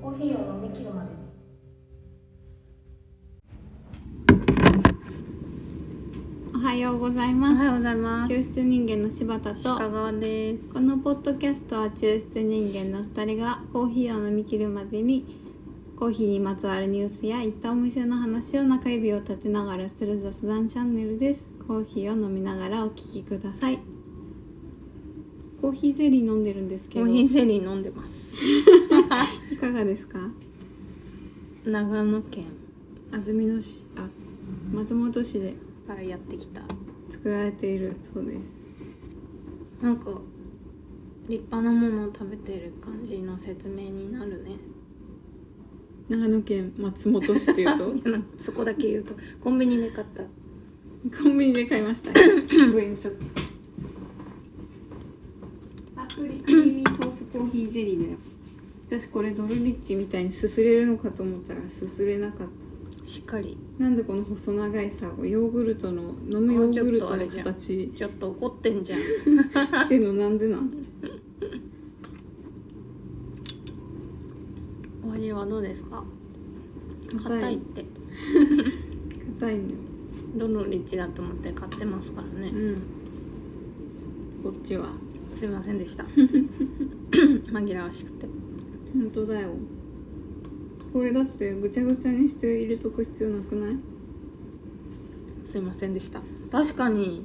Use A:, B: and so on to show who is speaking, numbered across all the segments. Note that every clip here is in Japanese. A: コーヒーを飲み切るまで
B: おはようござい
C: お
B: ます
C: はようございます。
B: 抽出人間の柴田と
C: 鹿川です。
B: このポッドキャストは抽出人間の2人がコーヒーを飲み切るまでにコーヒーにまつわるニュースや行ったお店の話を中指を立てながらする雑談チャンネルですコーヒーを飲みながらお聞きくださいコーヒーゼリー飲んでるんですけ
C: コ
B: ど
C: ーヒーゼリー飲んでます。
B: いかがですか
C: 長野県
B: 安曇野市あ松本市で
C: からやってきた。
B: 作られているそうです
C: なんか立派なものを食べてる感じの説明になるね。
B: 長野県松本市っていう と
C: いやなんかそこだけ言うとコンビニで買った。
B: コンビニで買いました。ちょっと。アプリキーミソースコーヒーゼリーだよ。私これドルリッチみたいにすすれるのかと思ったらすすれなかっ
C: しっかり。
B: た。なんでこの細長いさ、ヨーグルトの飲むヨーグルトの形
C: ちょっと怒ってんじゃん。
B: してんのなんでなん？
C: お味はどうですか。硬いって
B: 硬いのよ。
C: どのリッチだと思って買ってますから
B: う
C: ね。
B: ん。こっちは
C: すいませんで した。紛らわしくて。
B: 本当だよ。これだってぐちゃぐちゃにして入れとく必要なくない？
C: すいませんでした確かに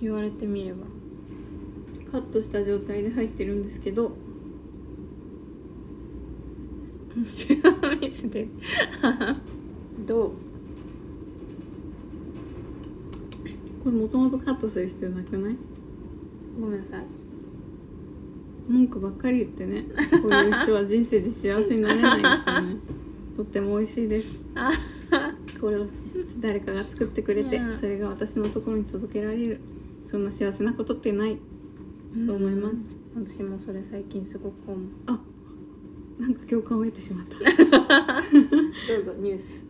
C: 言われてみれば
B: カットした状態で入ってるんですけど、
C: 見せて どう
B: これもともとカットする必要なくない？
C: ごめんなさい
B: 文句ばっかり言ってねこういう人は人生で幸せになれないです よねとっても美味しいです
C: あ
B: これを誰かが作ってくれて
C: うん
B: それが私のところに届けられるそんな幸せなことってないそう思います
C: す私もそれ最近すごく思う
B: あなんか共感を得てしまった
C: どうぞニュース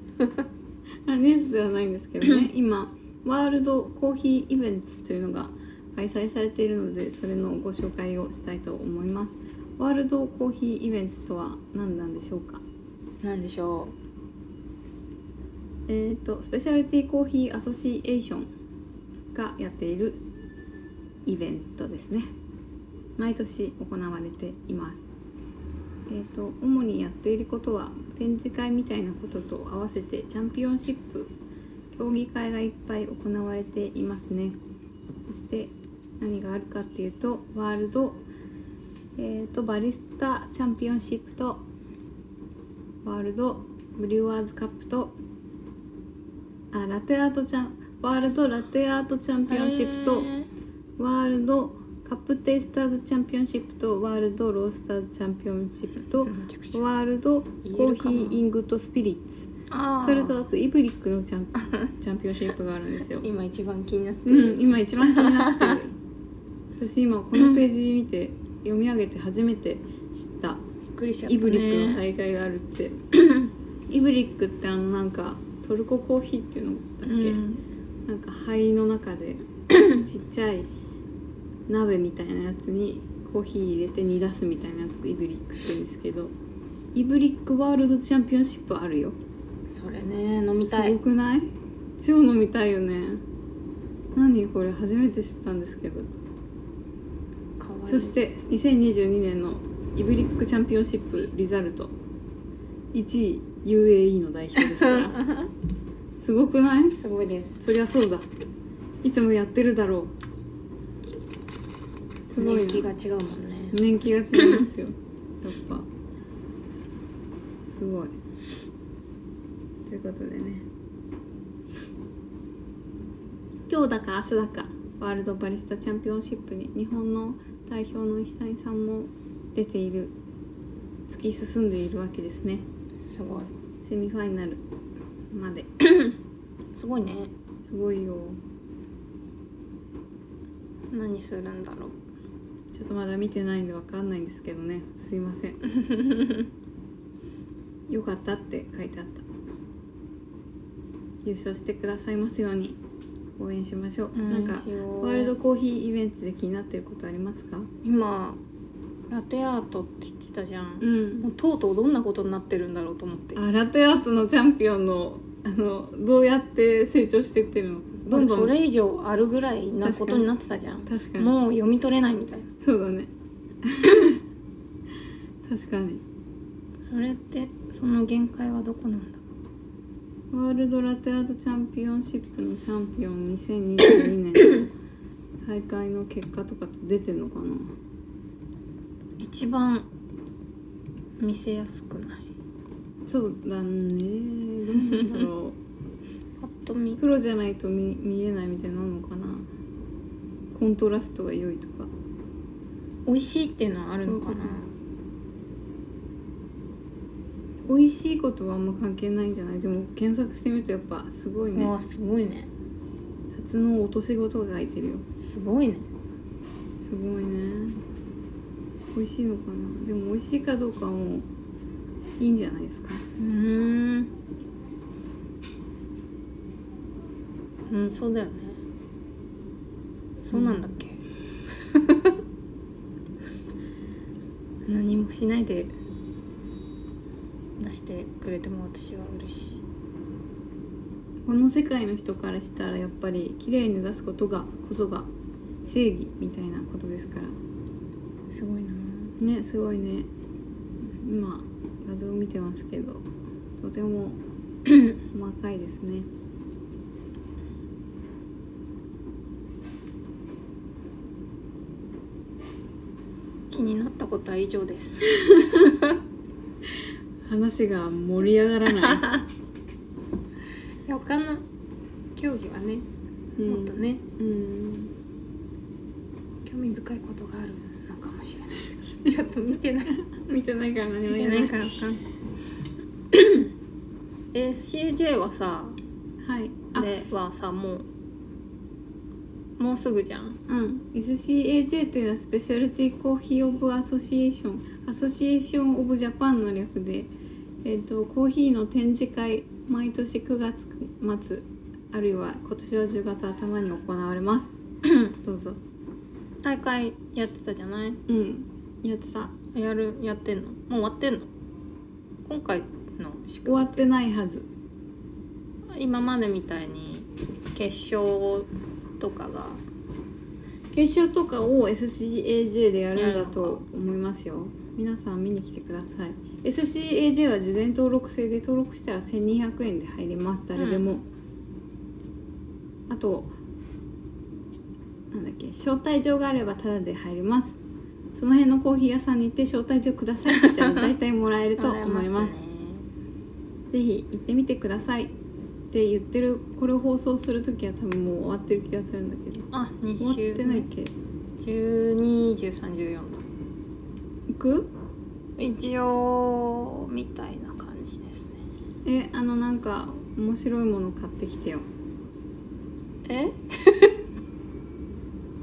B: あニュースではないんですけどね今ワールドコーヒーイベントというのが開催されているのでそれのご紹介をしたいと思いますワールドコーヒーイベントとは何なんでしょうか
C: なんでしょ
B: えー、とスペシャリティコーヒーアソシエーションがやっているイベントですね毎年行われていますえー、と主にやっていることは展示会みたいなことと合わせてチャンピオンシップ競技会がいっぱい行われていますねそして何があるかっていうとワールド、えー、とバリスタチャンピオンシップとワールドブリュワーズカップとあラテアートチャンワールドラテアートチャン
C: う
B: ピオンシップとワールドカップテイスターズチャンピオンシップとワールドロースターズチャンピオンシップと
C: めちゃくちゃ
B: ワールドコ
C: 言え
B: ー
C: る
B: ヒ
C: かな
B: ーイングとスピリッツ
C: あー
B: それとあとイブリックのチャンチャンピオンシップがあるんですよ、
C: 今一番気になって
B: う
C: る、
B: ん、今一番気になってる私今このページ見て読み上げて初めて知った
C: びっくりしちゃった、ね、
B: イブリックの大会があるって イブリックってあのなんかトルココーヒーっていうのだっけ、
C: うん
B: なんか灰の中 でちっちゃい鍋みたいなやつにコーヒー入れて煮出すみたいなやつイブリックって言うんですけどイブリックワールドチャンピオンシップあるよ
C: それね飲みた
B: す
C: い
B: ごくない超飲みたいよね何これ初めて知ったんですけど
C: かわいい
B: そして2022年のイブリックチャンピオンシップリザルト1位 UAE の代表ですから すごくない
C: すごいです
B: そりゃそうだいつもやってるだろうすごい
C: 年季が
B: な
C: 違うもんね
B: 年季が違い ますよやっぱすごいということでね今日だか明日だかワールドバリスタチャンピオンシップに日本の代表の石谷さんも出ている突き進んでいるわけですね
C: すごい
B: セミファイナルまです
C: ごいね
B: すごいよ
C: 何するんだろう
B: ちょっとまだ見てないんでわかんないんですけどねすいません よかったって書いてあった優勝してくださいますように応援しましょう、
C: うん
B: なんか
C: しよう
B: ワールドコーヒーイベントで気になってることありますか
C: 今ラテアートって言ってたじゃん、
B: うん
C: もうとうとうどんなことになってるんだろうと思って
B: あラテアートのチャンピオンのあのどうやって成長してってるのかどんどん
C: それ以上あるぐらいなことになってたじゃん
B: 確かに
C: もう読み取れないみたいな
B: そうだね確かに
C: それってその限界はどこなんだ
B: ワールドラテアートチャンピオンシップのチャンピオン2022年の大会の結果とかって出てんのかな
C: 一番見せやすくない
B: そうだねどうなんだろ
C: ぱっと見
B: うプロじゃないと見見えないみたいなのかなコントラストが良いとか
C: 美味しいっていうのはあるのか
B: そ
C: な
B: ういう美味しいことはあんま関係ないんじゃないでも検索してみるとやっぱすごいうね
C: わすごいね
B: タツノオトシゴとか書いてるよ
C: すごいね
B: すごいね美味しいのかなでも美味しいかどうかはもういいんじゃないですか
C: うーんうんそうだよねそうなんだっけ、何もしないで出してくれても私は嬉しい
B: この世界の人からしたらやっぱり綺麗に出すことがこそが正義みたいなことですから
C: すごいな
B: ねすごいね今画像見てますけどとても 細かいですね
C: 気になったことは以上です
B: 話が盛り上がらない、
C: いや他の競技はね、
B: うん、
C: もっとね
B: うん
C: 興味深いことがあるのかもしれないけどちょっと見てない
B: 見てないから何も言
C: 見て
B: え
C: な
B: ないい
C: から わかんない SCJ はさ
B: はいあ
C: ではさもうもうすぐじゃん
B: うん、SCAJ というのはスペシャルティコーヒー・オブ・アソシエーションアソシエーション・オブ・ジャパンの略で、えー、とコーヒーの展示会毎年9月末あるいは今年は10月頭に行われます どうぞ
C: 大会やってたじゃない
B: うんやってた
C: やるやってんのもう終わってんの今回の仕
B: 終
C: 組
B: わってないはず
C: み今までみたいに決勝とかが
B: 決勝とかを SCAJ でやるんだと思いますよ皆さん見に来てください SCAJ は事前登録制で登録したら1200円で入れます誰でも、あとなんだっけ招待状があればタダで入れますその辺のコーヒー屋さんに行って招待状くださいって言った ら大体もらえると思います
C: ね
B: ぜひ行ってみてくださいって言ってるこれを放送する時は多分もう終わってる気がするんだけど
C: あ
B: 終
C: 2
B: わっ
C: 週
B: てないっけ
C: 121314だ
B: 行く
C: 一応みたいな感じですね
B: えあのなんか面白いもの買ってきてよ
C: え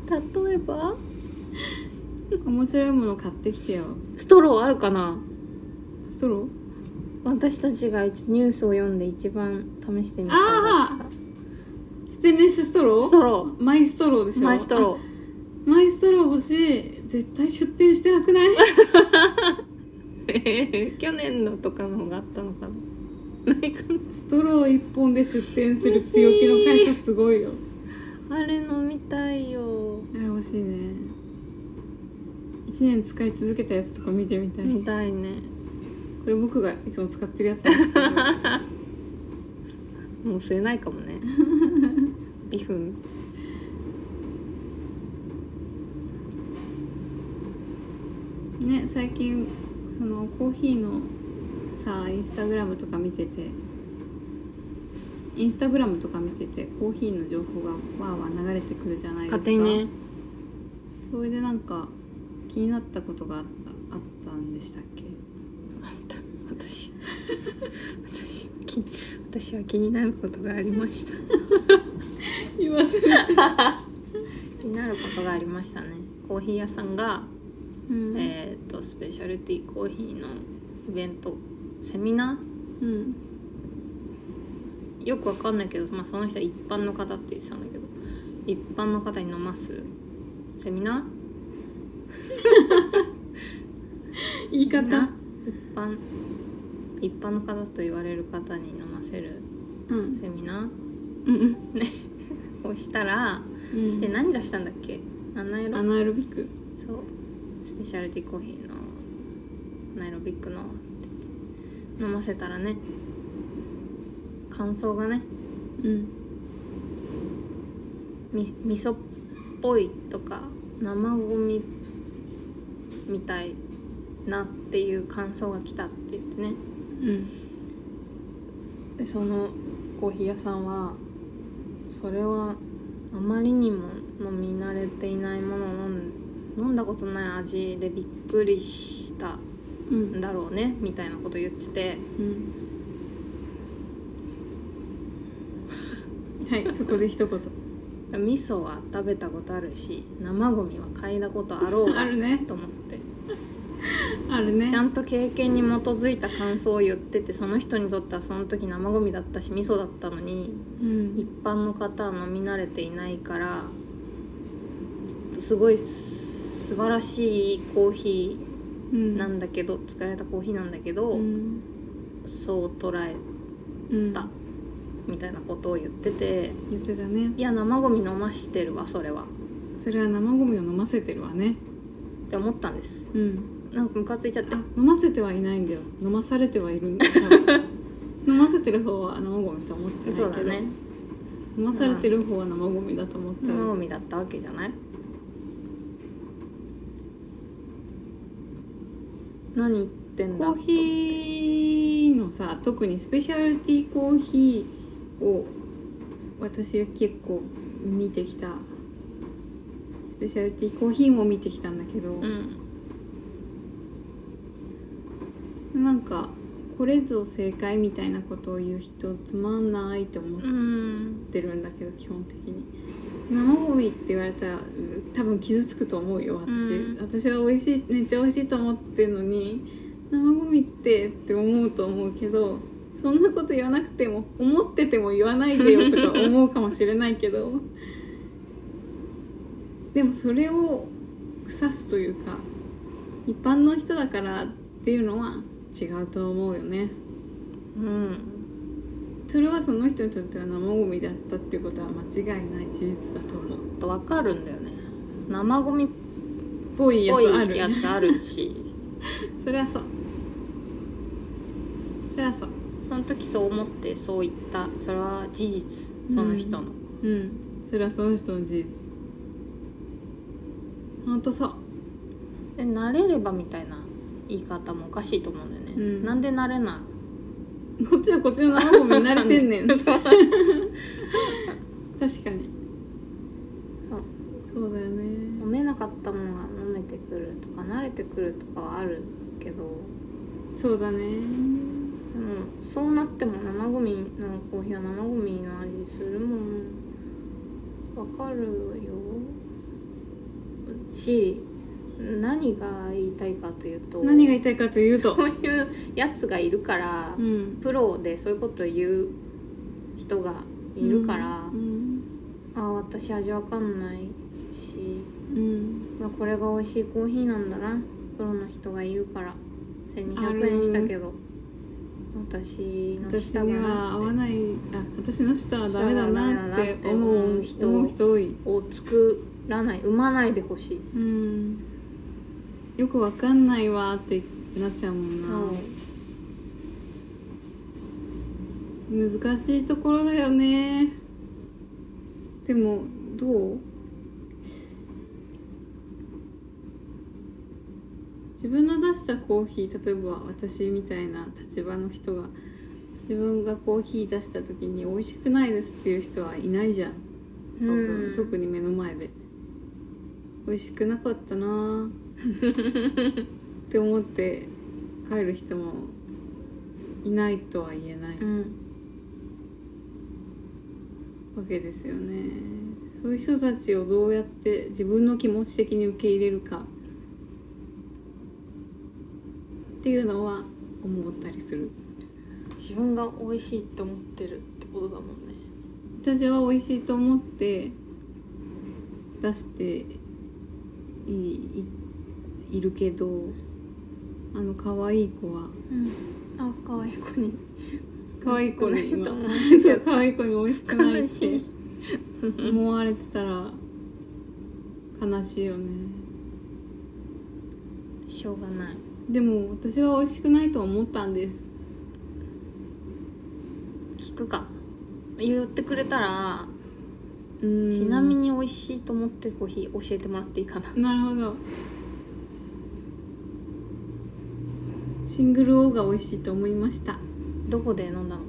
C: 例えば
B: 面白いもの買ってきてよ
C: ストローあるかな
B: ストロー
C: 私たちが一ニュースを読んで一番試してみた
B: あ
C: やつ
B: ステンレスストロー
C: ストロ
B: マイストローでし
C: ー
B: ょ
C: マイス ト
B: ー
C: ロ
B: マイストロー欲しい絶対出店してなく ない
C: ー去年のとかの方があったのかなないか
B: ストロー一本で出店する強気の会社すごいよ
C: なあれ飲みたいよ
B: あれ欲しいね1年使い続けたやつとか見てみたい、
C: み
B: こ
C: たいね
B: れ僕がいつも使ってるやつなんですけど
C: もう吸えないかも ねビフン
B: ね最近そのコーヒーのさインスタグラムとか見ててインスタグラムとか見ててコーヒーの情報がわーわー流れてくるじゃないですか
C: 勝手にね
B: それでなんか気になったことがあったあったんでしたっけ
C: あった私 私は気に私は気になることがありました
B: 言わせ
C: 気になることがありましたねコーヒー屋さんが、
B: うん、
C: えっ、とスペシャルティーコーヒーのイベントセミナ
B: うん
C: ーよくわかんないけど、まあ、その人は一般の方って言ってたんだけど一般の方に飲ますセミナ
B: 言い
C: ーセミナー一般一般の方と言われる方に飲ませる
B: うん
C: セミナ
B: うん
C: ーをしたら、
B: うん
C: して何出したんだっけアナエロ
B: アナエロビック
C: そうスペシャルティコーヒーのナイロビックの飲ませたらね感想がね
B: うん
C: み味噌っぽいとか生ゴミみたいなっていう感想が来たって言ってね
B: うん
C: でそのコーヒー屋さんはそれはあまりにも飲み慣れていないものを飲ん飲んだことない味でびっくりした
B: うん
C: だろうねみたいなこと言ってて
B: うんはいそこで一言
C: 味噌は食べたことあるし生ゴミは嗅いだことあろう
B: あるね
C: と思って
B: あるね
C: ちゃんと経験に基づいた感想を言っててその人にとってはその時生ゴミだったし味噌だったのに
B: うん
C: 一般の方は飲み慣れていないからちょっとすごいす素晴らしいコーヒーなんだけど、作られたコーヒーなんだけど、
B: うん
C: そう捉え
B: うん
C: たみたいなことを言ってて
B: 言ってたね
C: いや生ゴミ飲ましてるわそれはっ
B: それは生ゴミを飲ませてるわね
C: て思ったんです
B: うん
C: なんかムカついちゃって
B: あ飲ませてはいないんだよ飲まされてはいる んだよ多分飲ませてる方は生ゴミと思ってないけ
C: そ
B: ど
C: うだね
B: 飲まされてる方は生ゴミだと思ってる、
C: 生ゴミだったわけじゃない何言ってんだ
B: コーヒーのさ特にスペシャルティーコーヒーを私は結構見てきたスペシャルティーコーヒーも見てきたんだけど、
C: うん
B: なんかこれぞ正解みたいなことを言う人つまんないと思っ
C: うん
B: てるんだけど基本的に生ゴミって言われたらうん多分傷つくと思うよ私、
C: うん
B: 私は美味しいめっちゃ美味しいと思ってるのに生ゴミってって思うと思うけどそんなこと言わなくても思ってても言わないでよとか思うかもしれないけど でもそれを腐すというか一般の人だからっていうのは違うと思うよね
C: うん
B: それはその人にとっては生ゴミだったっていうことは間違いない事実だと思う
C: あとわかるんだよね生ゴミっ
B: ぽいや
C: ぽ
B: つある
C: いやつあるし
B: そりゃそうそりゃそう
C: その時そう思ってそう言ったそれは事実その人の、
B: うんそれはその人の事実ほんとそう
C: で慣れればみたいな言い方もおかしいと思うんだよね、
B: うん
C: なんで慣れ な
B: こっちはこっちの生ゴミ
C: い
B: に慣れてんね ん
C: そ
B: 確
C: う
B: かに
C: そう
B: そうだよ
C: 飲
B: ね
C: めなかったものが飲めてくるとか慣れてくるとかはあるけど
B: そうだね
C: でもそうなっても生ゴミのコーヒーは生ゴミの味するもんわかるよし何が言いたいかというと
B: 何が言いたいかというと
C: そういうやつがいるから、
B: ん
C: プロでそういうことを言う人がいるから、
B: うん
C: ああ私味わかんないし
B: うん
C: まあこれが美味しいコーヒーなんだなプロの人が言うから
B: あ
C: 1200
B: る
C: 円したけど私の
B: 私
C: 舌
B: に
C: が
B: は合わ
C: なくて
B: ないあ私の舌はダメだなって思う人
C: 思
B: 思
C: う
B: う
C: 人
B: 人多い
C: を作らない生まないでほしい
B: うんよくわかんないわってなっちゃうもんな
C: そう
B: 難しいところだよねでもどう自分の出したコーヒー例えば私みたいな立場の人が自分がコーヒー出した時に美味しくないですっていう人はいないじゃん多分、
C: うん
B: 特に目の前で美味しくなかったな ぁって思って帰る人もいないとは言えない
C: うん
B: わけですよねそういう人たちをどうやって自分の気持ち的に受け入れるかっていうのは思ったりする
C: 自分が美味しいって思ってるってこ
A: ことだもんね
B: 私は美味しいと思って出していいいるけどあの可愛い子は
C: うんあ可愛い子に
B: 可愛い子に
C: 美味しくないと思わ
B: 今 そう可愛い子に美味しくないっ
C: 悲してい
B: 思われてたら悲しいよね
C: しょうがない
B: でも私は美味しくないと思ったんです
C: 聞くか言ってくれたら
B: うーん
C: ちなみに美味しいと思ってるコーヒー教えてもらっていいかな
B: なるほどシングルオーが美味しいと思いました
C: どこで飲んだのかな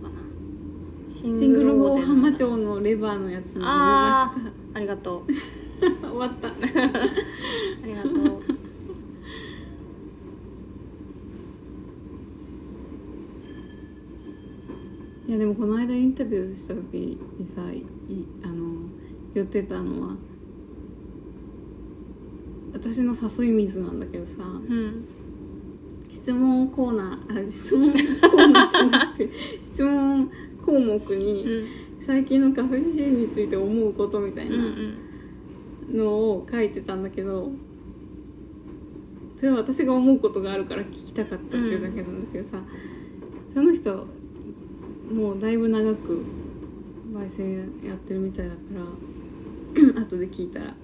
C: シ
B: シングル
C: オ
B: オ
C: ー
B: ー
C: で飲んだ
B: 浜町のレバーのやつも
C: あ
B: 飲みま
C: ありがとう
B: した 終わった
C: ありがとう
B: いやでもこの間インタビューした時にさいあの言ってたのは私の誘い水なんだけどさ
C: うん
B: 質問コーナーあ 質問コーナーじゃな くて質問項目
C: う
B: に
C: ん
B: 最近のカフェシーンについて思うことみたい
C: うんう
B: なんのを書いてたんだけどそれは私が思うことがあるから聞きたかったっていうだけなんだけどさ、その人もうだいぶ長く焙煎やってるみたいだから後で聞いたら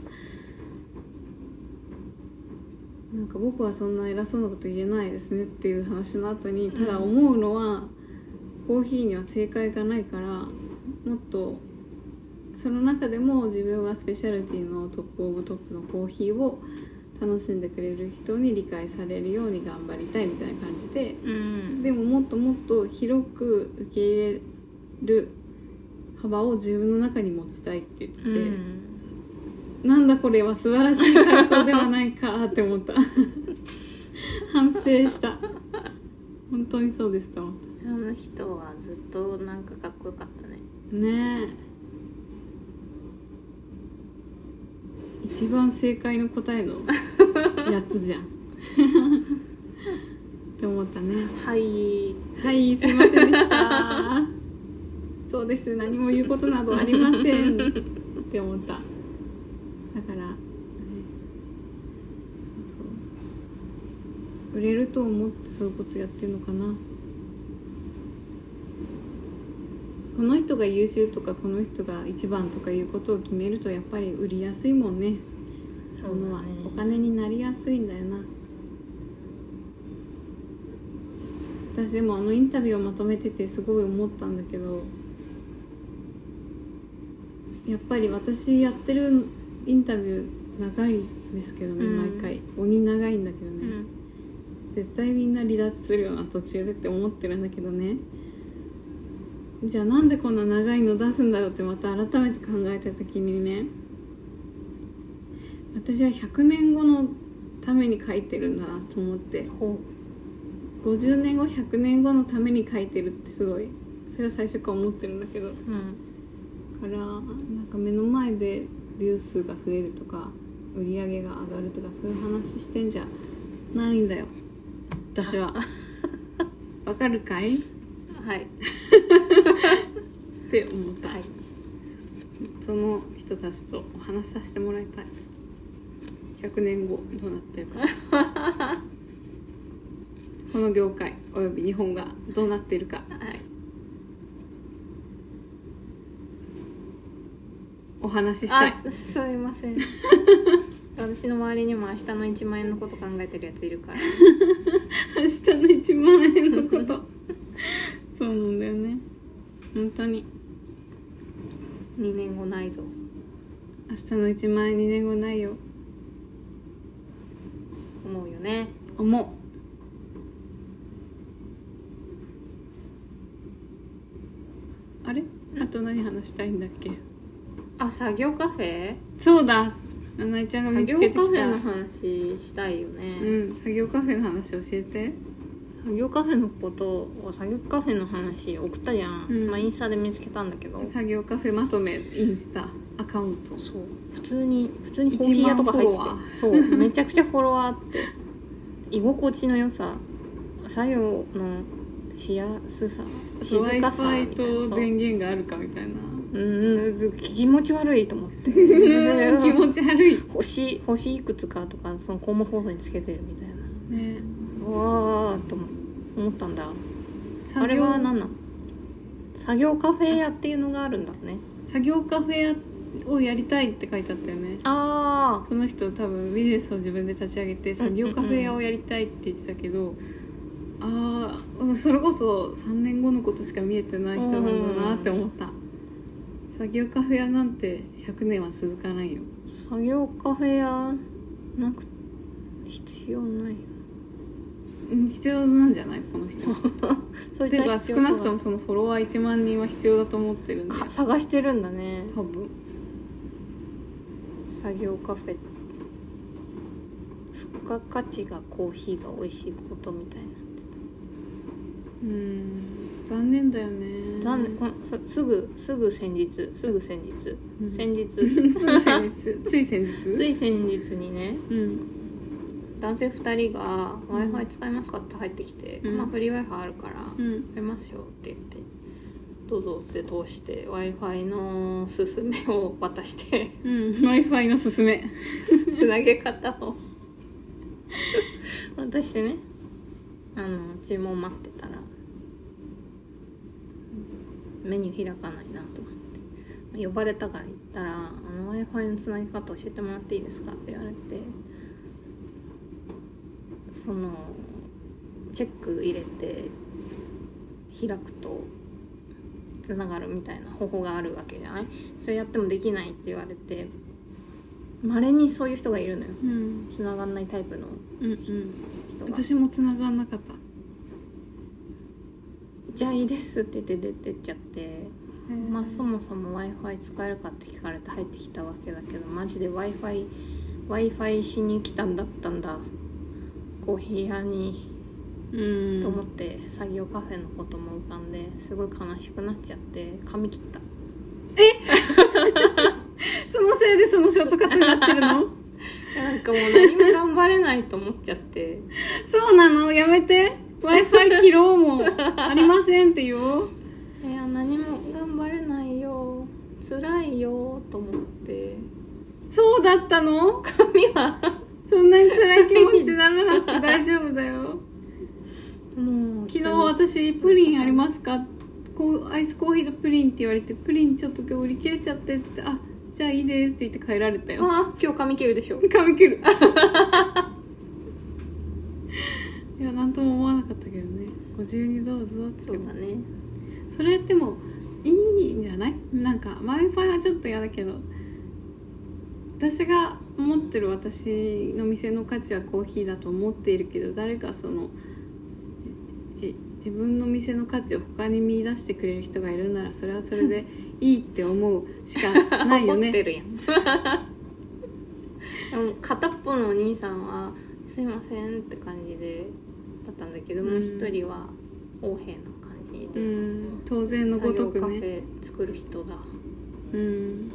B: なんか僕はそんな偉そうなこと言えないですねっていう話の後にただ思うのは、コーヒーには正解がないからもっとその中でも自分はスペシャルティのトップオブトップのコーヒーを楽しんでくれる人に理解されるように頑張りたいみたいな感じで
C: うん
B: でももっともっと広く受け入れる幅を自分の中に持ちたいって言ってて、
C: うん
B: なんだこれは素晴らしい回答ではないかって思った 反省した本当にそうですと思っ
C: あの人はずっとなんかかっこよかったね
B: たねえ一番正解の答えのやつじゃん って思ったね
C: はい
B: はい、すいませんでした。 そうです、何も言うことなどありません。って思った。だから。ねそうそう。売れると思って、そういうことやってるのかな。この人が優秀とか、この人が一番とかいうことを決めると、やっぱり売りやすいもんね。
C: そ
B: も
C: う
B: の
C: だ
B: は、
C: ね
B: お金になりやすいんだよな私でもあのインタビューをまとめててすごい思ったんだけどやっぱり私やってるインタビュー長いんですけどね、
C: うん
B: 毎回鬼長いんだけど
C: う
B: ね、
C: ん
B: 絶対みんな離脱するよな途中でって思ってるんだけどねじゃあなんでこんな長いの出すんだろうってまた改めて考えた時にね私は100年後のために書いてるんだなと思って
C: ほ
B: 50年後100年後のために書いてるってすごいそれは最初から思ってるんだけど
C: ううん
B: からなんか目の前でビュー数が増えるとか売り上げが上がるとかそういう話してんじゃないんだよ私は わかるかいっ
C: はい
B: て思った、
C: はい
B: その人たちとお話しさせてもらいたい100年後どうなってるか この業界および日本がどうなっているか
C: はい
B: お話ししたい
C: あすいません私の周りにも明日の1万円のこと考えてるやついるから
B: 明日の1万円のこと そうなんだよね本当に
C: 2年後ないぞ
B: 明日の1万円2年後ないよ
C: 思うよね
B: 思うあれあと何話したいんだっけ
C: あ作業カフェ
B: そうだ七井ちゃんが
C: 作
B: 見
C: 業
B: つ
C: カ
B: けてき
C: フ
B: た
C: ェの話したいよね、
B: うん作業カフェの話教えて
C: 作業カフェのことを作業カフェの話送ったじゃん、
B: うん
C: まあ、インスタで見つけたんだけど
B: 作業カフェまとめインスタアカウント
C: そう普通に普通にコーヒー屋とか入って
B: 1万フォロワ
C: てそうめちゃくちゃフォロワーあって居心地の良さ作業のしやすさ静
B: 静
C: か
B: か
C: さ
B: さ
C: み
B: み
C: た
B: た
C: い
B: いな
C: なそ
B: と
C: う
B: 電源があるかみたいな
C: うんうん気持ち悪いと思って
B: 気持ち悪い
C: 星星いくつかとかその項目放送につけてるみたいな
B: ね
C: うわーと思思ったんだあ
B: 作
C: れ
B: 業
C: は何なの作業カフェ屋っていうのがあるんだね
B: 作業カフェをやりたいって書いてあったよね
C: あ
B: その人多分ビジネスを自分で立ち上げて作業カフェ屋をやりたいって言ってたけど、ああそれこそ3年後のことしか見えてない人なんだなって思った、作業カフェ屋なんて100年は続かないよ
C: ー作業カフェ屋なく必要ない
B: うん必要なんじゃないこの 人
C: それ
B: 例えば少なくともそのフォロワー1万人は必要だと思ってるんで
C: か探してるんだね
B: 多分
C: 作業カフェ付加価値がコーヒーが美味しいことみたい
B: うん残念だよね
C: ななんでこのさすぐすぐ先日すぐ先日
B: うん
C: 先 日
B: つい先日つい先日
C: つい先日にね
B: うん
C: 男性2人が「
B: うん
C: w i f i 使いますか?」って入ってきて「
B: うん
C: まあフリー w i f i あるから
B: う
C: 使
B: ん
C: いますよ」って言って「どうぞ」っつって通して w i f i の勧めを渡して
B: うん w i f i のすすめ
C: つなげ方を渡してねあの注文待ってたらメニュー開かないなと思って呼ばれたから行ったら「あの w i f i のつなぎ方教えてもらっていいですか?」って言われてそのチェック入れて開くとつながるみたいな方法があるわけじゃないそれやってもできないって言われてまれにそういう人がいるのよ
B: うん
C: つながんないタイプの
B: うんうん
C: 人が
B: 私も繋がんなかった
C: 「じゃあいいです」って言って出てっちゃってまあそもそも w i f i 使えるかって聞かれて入ってきたわけだけどマジで w i f i w i f i しに来たんだったんだコーヒー屋に
B: うん
C: と思って作業カフェのことも浮かんですごい悲しくなっちゃって髪切った
B: そのせいでそのショートカットになってるの
C: いやなんかもう何も頑張れないと思っちゃって
B: そうなのやめて w i f i 切ろうもありませんって言おう
C: いや何も頑張れないよ辛いよと思って
B: そうだったの
C: 髪は
B: そんなに辛い気持ちにならな くて大丈夫だよ
C: もう
B: 昨日私プリンありますかこうアイスコーヒーとプリンって言われてプリンちょっと今日売り切れちゃってって言ってあじゃあいいですって言って帰られたよ
C: あ今日髪切るでしょ
B: 髪切る いや何とも思わなかったけどねご自由にどうぞって
C: そうだね
B: それでもいいんじゃないなんか w i f i はちょっと嫌だけど私が持ってる私の店の価値はコーヒーだと思っているけど誰かそのじじ自分の店の価値を他に見出してくれる人がいるならそれはそれでいいって思うしかないよ
C: 思って
B: ね
C: るやんでも片っぽのお兄さんは「すいません」って感じでだったんだけど、もう一人は横柄な感じ
B: う
C: で、
B: ん当然のご
C: 作
B: と
C: 業カ
B: く
C: フ
B: ね
C: ェ作る人だ
B: うん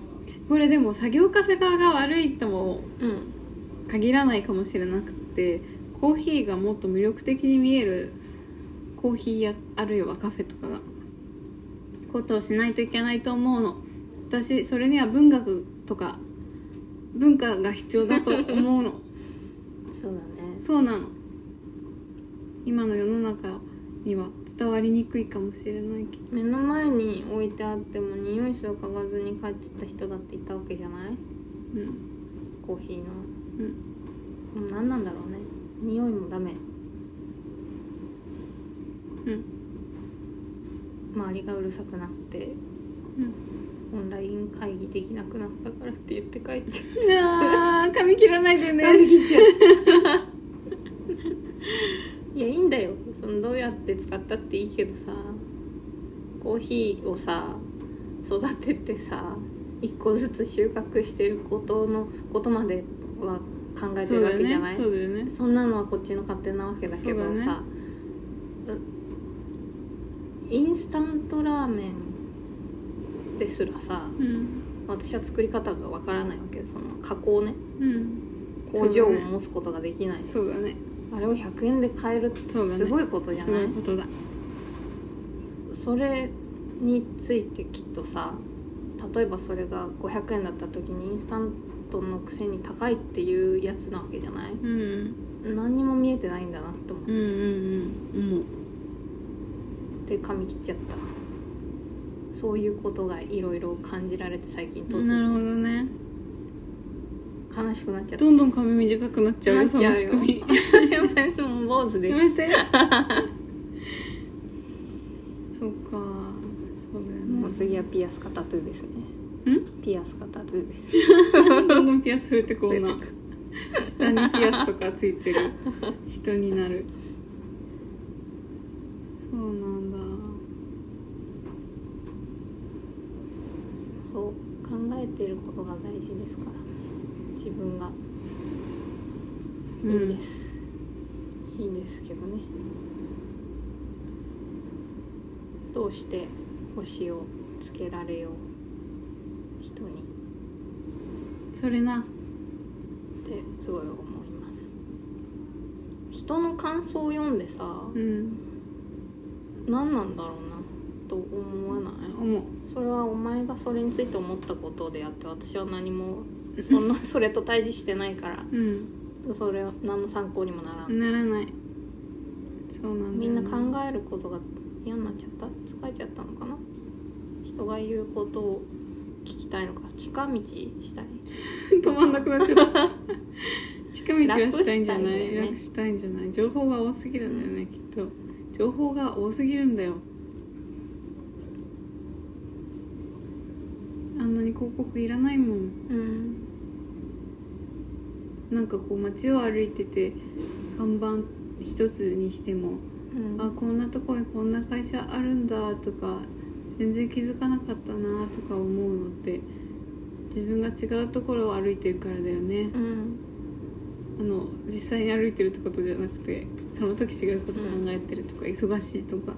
B: これでも作業カフェ側が悪いとも
C: うん
B: 限らないかもしれなくてコーヒーがもっと魅力的に見えるコーヒーやあるいはカフェとかがことをしないといけないと思うの私それには文学とか文化が必要だと思うの
C: そうだね
B: そうなの今の世の中には伝わりにくいかもしれないけど
C: 目の前に置いてあっても匂いすら嗅がずに帰っちゃった人だっていたわけじゃない
B: うん
C: コーヒーの
B: うん
C: もう何なんだろうね匂いもダメ
B: うん
C: 周りがうるさくなって
B: うん
C: オンライン会議できなくなったからって言って帰っちゃう
B: あー髪切らないでね
C: いやいいんだよそのどうやって使ったっていいけどさコーヒーをさ育ててさ一個ずつ収穫してることのことまでは考えて
B: そう
C: る
B: だ
C: わ
B: よ
C: けじゃな
B: ね
C: いそ,、
B: そうだよね
C: んなのはこっちの勝手なわけだけど
B: そうだね
C: さ、うインスタントラーメンですらさ
B: うん
C: 私は作り方がわからないわけでその加工ね
B: うん
C: 工場を持つことができない、
B: そうだね
C: あれを100円で買えるって
B: そうだね
C: すごいことじゃ
B: そう
C: ない
B: いうことだ
C: それについてきっとさ例えばそれが500円だった時にインスタントのくせに高いっていうやつなわけじゃない
B: うん
C: 何にも見えてないんだなって思っ
B: うんうんう
C: て、
B: んもう
C: で髪切っちゃったそういうことがいろいろ感じられて最近突
B: なる
C: 然
B: ほどね
C: 悲しくなっちゃった
B: どんどん髪短くなっちゃうよ
C: なっ
B: そ
C: ちゃうよ
B: の仕組
C: やっぱりもう坊主
B: み
C: で
B: や
C: す
B: め てそうかそうだよ
C: もう
B: ね
C: 次はピアスかタトゥーですね
B: ん
C: ピアスかタトゥーです
B: どんどんピアス増えてこう
C: 増
B: な
C: えて
B: 下にピアスとかついてる人になるそうなんだ
C: そう考えてることが大事ですから自分がいいんです、いいんですけどねどうして星をつけられよう人に
B: それな
C: ってすごい思います人の感想を読んでさ、
B: うん
C: 何なんだろうなと思わない
B: 思う
C: それはお前がそれについて思ったことであって私は何もそんなそれと対峙してないから
B: うん
C: それは何の参考にもならん、
B: ならないそうなんだ
C: み
B: よ
C: ん
B: ね
C: な考えることが嫌になっちゃった疲れちゃったのかな人が言うことを聞きたいのか近道したい
B: 止まんなくなっち ゃった近道はしたいんじゃない楽
C: 楽したいん
B: し,、
C: だよ
B: たいんじゃ
C: ね
B: ない情報が多すぎるんだよね、きっと情報が多すぎるんだよあんなに広告いらないもん
C: うん
B: なんかこう街を歩いてて看板一つにしても
C: うん
B: あこんなとこにこんな会社あるんだとか全然気づかなかったなとか思うのって自分が違うところを歩いてるからだよね、
C: うん
B: あの実際に歩いてるってことじゃなくてその時違うこと考えてるとか、忙しいとか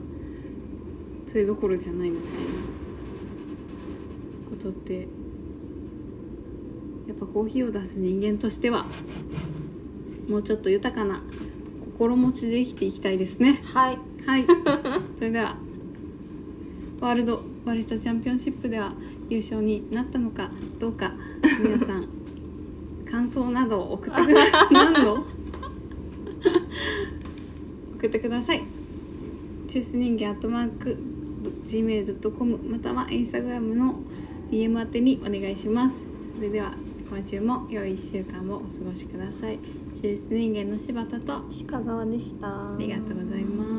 B: そういうどころじゃないみたいなことってやっぱコーヒーを出す人間としてはもうちょっと豊かな心持ちで生きていきたいですね
C: はい
B: はいそれではワールドバリスタチャンピオンシップでは優勝になったのかどうか皆さん 感想などを送ってください何の送ってくださいチュース人間アットマーク gmail.com またはインスタグラムの DM 宛てにお願いしますそれでは今週も良い1週間をお過ごしください抽出人間の柴田とあ
C: 鹿川でしたあ
B: りがとうございます